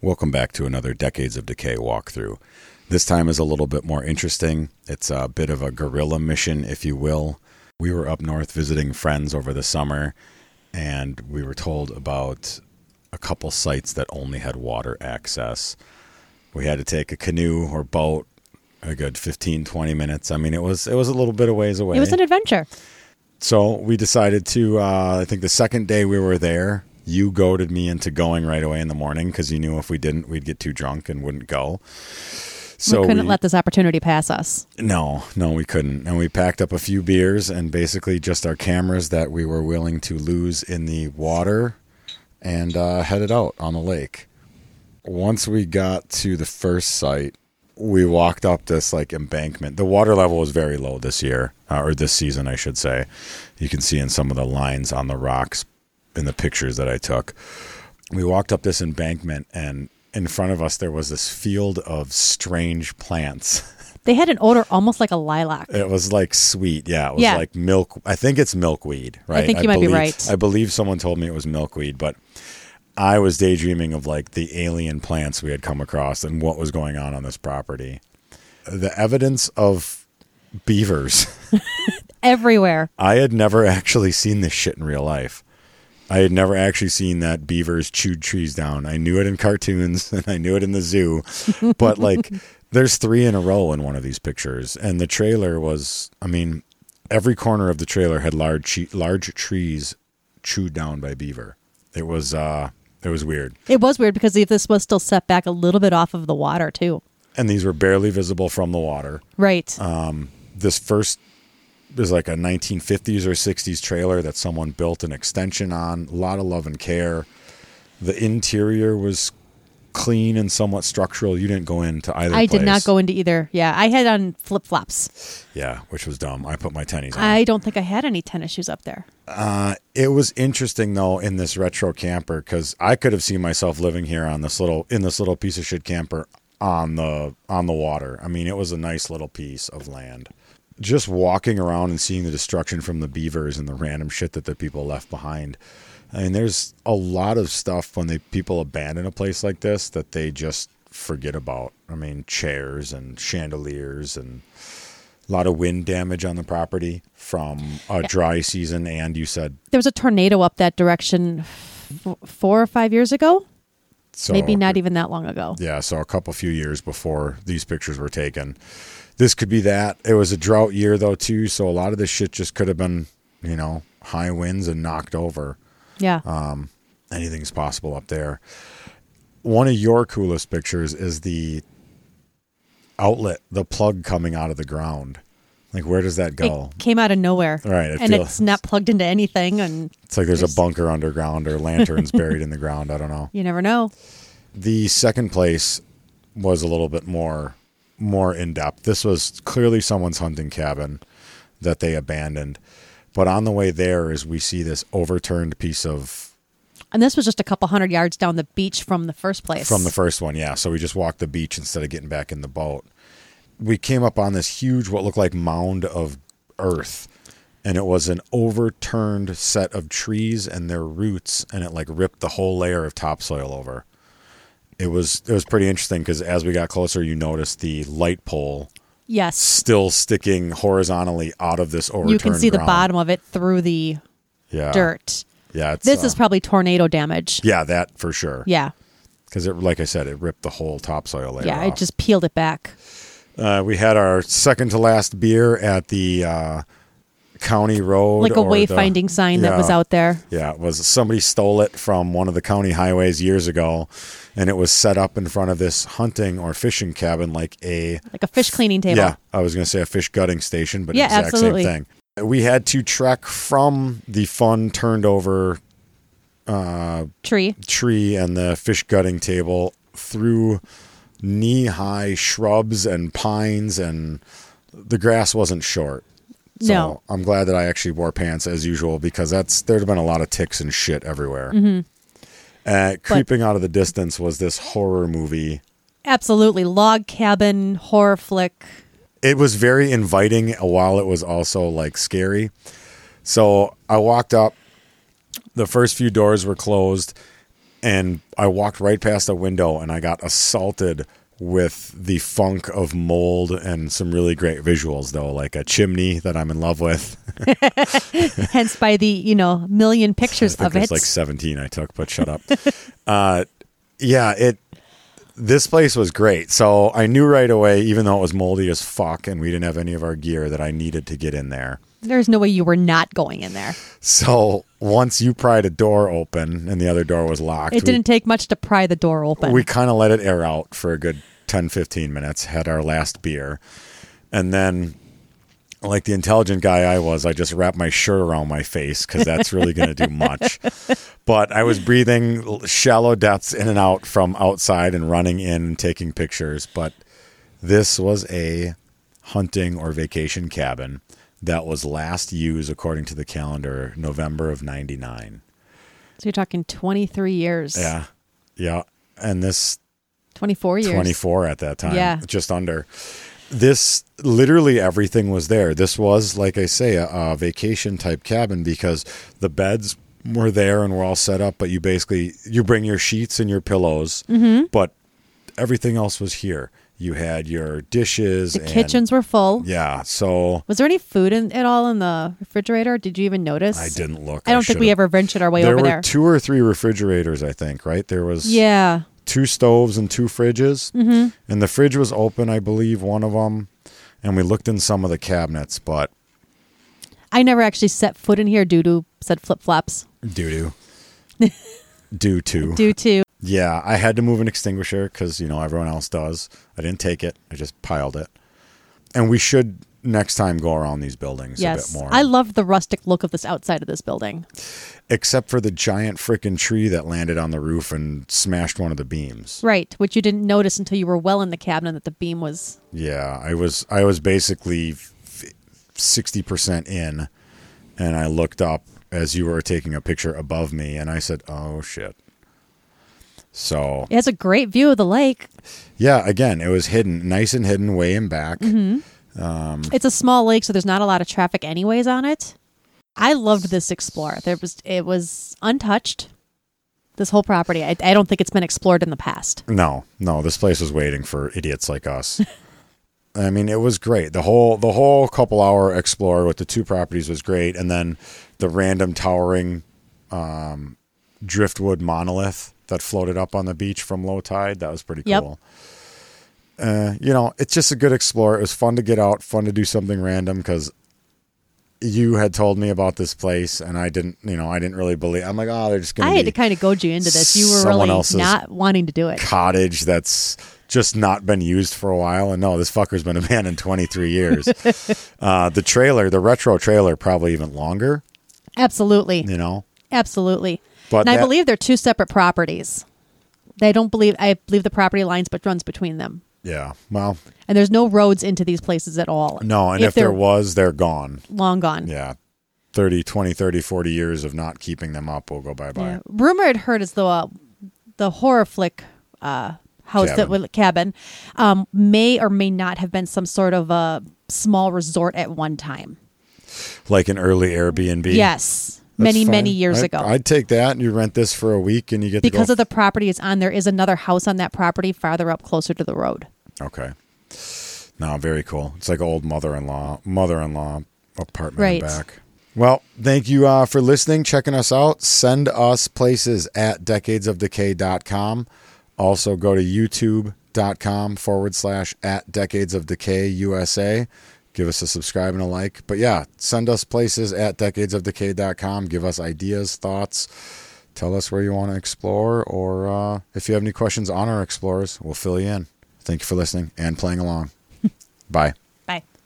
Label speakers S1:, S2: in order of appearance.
S1: Welcome back to another Decades of Decay walkthrough. This time is a little bit more interesting. It's a bit of a guerrilla mission, if you will. We were up north visiting friends over the summer, and we were told about a couple sites that only had water access. We had to take a canoe or boat a good 15 20 minutes. I mean, it was it was a little bit of ways away.
S2: It was an adventure.
S1: So we decided to. Uh, I think the second day we were there, you goaded me into going right away in the morning because you knew if we didn't, we'd get too drunk and wouldn't go. So
S2: we couldn't let this opportunity pass us.
S1: no, no, we couldn't. And we packed up a few beers and basically just our cameras that we were willing to lose in the water and uh, headed out on the lake. Once we got to the first site, we walked up this like embankment. The water level was very low this year, uh, or this season, I should say. You can see in some of the lines on the rocks in the pictures that I took. We walked up this embankment, and in front of us, there was this field of strange plants.
S2: They had an odor almost like a lilac.
S1: It was like sweet, yeah. It was
S2: Yeah.
S1: like milk. I think it's milkweed, right?
S2: think you might be
S1: believe-
S2: right.
S1: I believe someone told me it was milkweed, but I was daydreaming of like the alien plants we had come across and what was going on on this property. The evidence of beavers.
S2: Everywhere.
S1: I had never actually seen this shit in real life. I had never actually seen that beavers chewed trees down. I knew it in cartoons and I knew it in the zoo, but like there's three in a row in one of these pictures, and the trailer was, I mean, every corner of the trailer had large che- large trees chewed down by beaver. It was uh, it was weird,
S2: It was weird because if this was still set back a little bit off of the water too.
S1: and these were barely visible from the water.
S2: Right.
S1: this first there's like a 1950s or 60s trailer that someone built an extension on a lot of love and care the interior was clean and somewhat structural you didn't go into either
S2: I did not
S1: place.
S2: go into either. Yeah, I had on flip flops.
S1: yeah which was dumb i put my tennies on
S2: I don't think I had any tennis shoes up there.
S1: it was interesting though in this retro camper because i could have seen myself living here on this little in this little piece of shit camper on the on the water i mean it was a nice little piece of land just walking around and seeing the destruction from the beavers and the random shit that the people left behind i mean there's a lot of stuff when they people abandon a place like this that they just forget about i mean chairs and chandeliers and a lot of wind damage on the property from a dry season and you said
S2: There was a tornado up that direction f- four or five years ago.
S1: So
S2: Maybe not even that long ago.
S1: Yeah, so a couple few years before these pictures were taken. This could be that. It was a drought year though too, so a lot of this shit just could have been, you know, high winds and knocked over.
S2: Yeah.
S1: Oh, Anything's possible up there. One of your coolest pictures is the outlet, the plug coming out of the ground. Like where does that go?
S2: It came out of nowhere.
S1: Right, I
S2: And
S1: feel-
S2: it's not plugged into anything, and
S1: it's like there's a bunker underground or lanterns buried in the ground, I don't know.
S2: you never know.
S1: The second place was a little bit more more in depth. This was clearly someone's hunting cabin that they abandoned. But on the way there is we see this overturned piece of
S2: And this was just a couple hundred yards down the beach from the first place.
S1: from the first one, yeah. So we just walked the beach instead of getting back in the boat. We came up on this huge what looked like mound of earth and it was an overturned set of trees and their roots and it like ripped the whole layer of topsoil over. It was it was pretty interesting cuz as we got closer you noticed the light pole
S2: yes,
S1: still sticking horizontally out of this overturned
S2: you can see the
S1: ground.
S2: bottom of it through the
S1: yeah.
S2: dirt.
S1: Yeah, it's,
S2: This
S1: uh,
S2: is probably tornado damage.
S1: yeah, that for sure.
S2: yeah,
S1: because it, like I said, it ripped the whole topsoil layer.
S2: yeah.
S1: off.
S2: It just peeled it back.
S1: Uh, we had our second to last beer at the uh, county road,
S2: like a
S1: or the-
S2: wayfinding sign that was
S1: Yeah.
S2: out there.
S1: Yeah, it was somebody stole it from one of the county highways years ago, and it was set up in front of this hunting or fishing cabin, like a
S2: Like a fish cleaning table.
S1: yeah. I was gonna say a fish gutting station, but
S2: Yeah,
S1: exact
S2: absolutely.
S1: same thing. We had to trek from the fun turned over
S2: Tree.
S1: tree and the fish gutting table through knee high shrubs and pines, and the grass wasn't short. So
S2: No.
S1: I'm glad that I actually wore pants as usual because that's there'd have been a lot of ticks and shit everywhere. Uh, creeping out of the distance was this horror movie.
S2: Absolutely. Log cabin, horror flick.
S1: It was very inviting while it was also like scary. So I walked up. The first few doors were closed. and I walked right past a window and I got assaulted with the funk of mold and some really great visuals though, like a chimney that I'm in love with.
S2: Hence, by the you know million pictures
S1: I think
S2: of it.
S1: there's like 17 I took, but shut up. uh, yeah, it. This place was great. So I knew right away, even though it was moldy as fuck and we didn't have any of our gear, that I needed to get in there.
S2: There's no way you were not going in there.
S1: So once you pried a door open and the other door was locked,
S2: It didn't take much to pry the door
S1: we,
S2: open.
S1: we kind of let it air out for a good 10, 15 minutes, had our last beer. And then, like the intelligent guy I was, I just wrapped my shirt around my face because that's really going to do much. But I was breathing l- shallow depths in and out from outside and running in and taking pictures. But this was a hunting or vacation cabin that was last used, according to the calendar, November of 99.
S2: so you're talking 23 years.
S1: Yeah. Yeah. And this
S2: 24 years.
S1: 24 at that time.
S2: Yeah.
S1: Just under. This literally everything was there. This was, like I say, a, a vacation type cabin because the beds were there and were all set up, but you basically you bring your sheets and your pillows,
S2: Mm-hmm.
S1: but everything else was here. You had your dishes
S2: The
S1: and
S2: kitchens were full.
S1: Yeah. So
S2: Was there any food in, at all in the refrigerator? Did you even notice?
S1: I didn't look.
S2: I don't think we
S1: should've-
S2: ever ventured our way
S1: There
S2: over
S1: were
S2: there.
S1: two or three refrigerators, I think, right? There was
S2: yeah.
S1: two stoves and two fridges. Mm-hmm. And the fridge was open, I believe, one of them. And we looked in some of the cabinets, but
S2: I never actually set foot in here due to said flip flops.
S1: due to. due to.
S2: Due to
S1: Yeah, I had to move an extinguisher because, you know, everyone else does. I didn't take it, I just piled it. And we should next time go around these buildings a
S2: yes,
S1: bit more.
S2: I love the rustic look of this outside of this building.
S1: Except for the giant freaking tree that landed on the roof and smashed one of the beams.
S2: Right, which you didn't notice until you were well in the cabin that the beam was.
S1: Yeah, I was I was basically sixty percent in, and I looked up as you were taking a picture above me, and I said, "Oh shit." So
S2: It has a great view of the lake.
S1: yeah, again, it was hidden, nice and hidden, way in back. Mm.
S2: It's a small lake, so there's not a lot of traffic anyways on it. I loved this explore. There was it was untouched. This whole property, I, I don't think it's been explored in the past.
S1: No, no, this place was waiting for idiots like us. I mean, it was great. The whole the whole couple hour explore with the two properties was great, and then the random towering um, driftwood monolith that floated up on the beach from low tide that was pretty
S2: Yep.
S1: cool. Uh, you know, it's just a good explore. It was fun to get out, fun to do something random because you had told me about this place, and I didn't. You know, I didn't really believe. I'm like, oh, they're just gonna.
S2: I had
S1: be-
S2: to kind of goad you into this. You were
S1: someone
S2: really
S1: else's-
S2: not wanting to do it.
S1: cottage that's just not been used for a while. And no, this fucker's been abandoned 23 years. uh, the trailer, the retro trailer, probably even longer,
S2: Absolutely.
S1: you know?
S2: Absolutely.
S1: But
S2: and I
S1: that-
S2: believe they're two separate properties. They don't believe I believe the property lines but runs between them.
S1: Yeah. Well,
S2: And there's no roads into these places at all.
S1: no. And if,
S2: they're
S1: there was, they're gone.
S2: long gone.
S1: Yeah. 30, 20, 30, 40 years of not keeping them up will go bye bye.
S2: Yeah. Rumor had heard is the uh, the horror flick uh, house that
S1: Cabin.
S2: was cabin um, may or may not have been some sort of a small resort at one time.
S1: Like an early Airbnb.
S2: Yes,
S1: That's
S2: many
S1: fine.
S2: many years
S1: I-
S2: ago.
S1: I'd take that and you rent this for a week and you get
S2: because
S1: to
S2: of the property it's on, there is another house on that property farther up, closer to the road.
S1: go. okay. No, very cool. It's like old mother-in-law, mother-in-law apartment
S2: Right.
S1: in back. Well, thank you uh, for listening, checking us out. Send us places at decadesofdecay.com. Also go to youtube.com forward slash at decades of decay USA. Give us a subscribe and a like. But yeah, send us places at decadesofdecay.com. Give us ideas, thoughts. Tell us where you want to explore, or uh, if you have any questions on our explorers, we'll fill you in. Thank you for listening and playing along. Bye.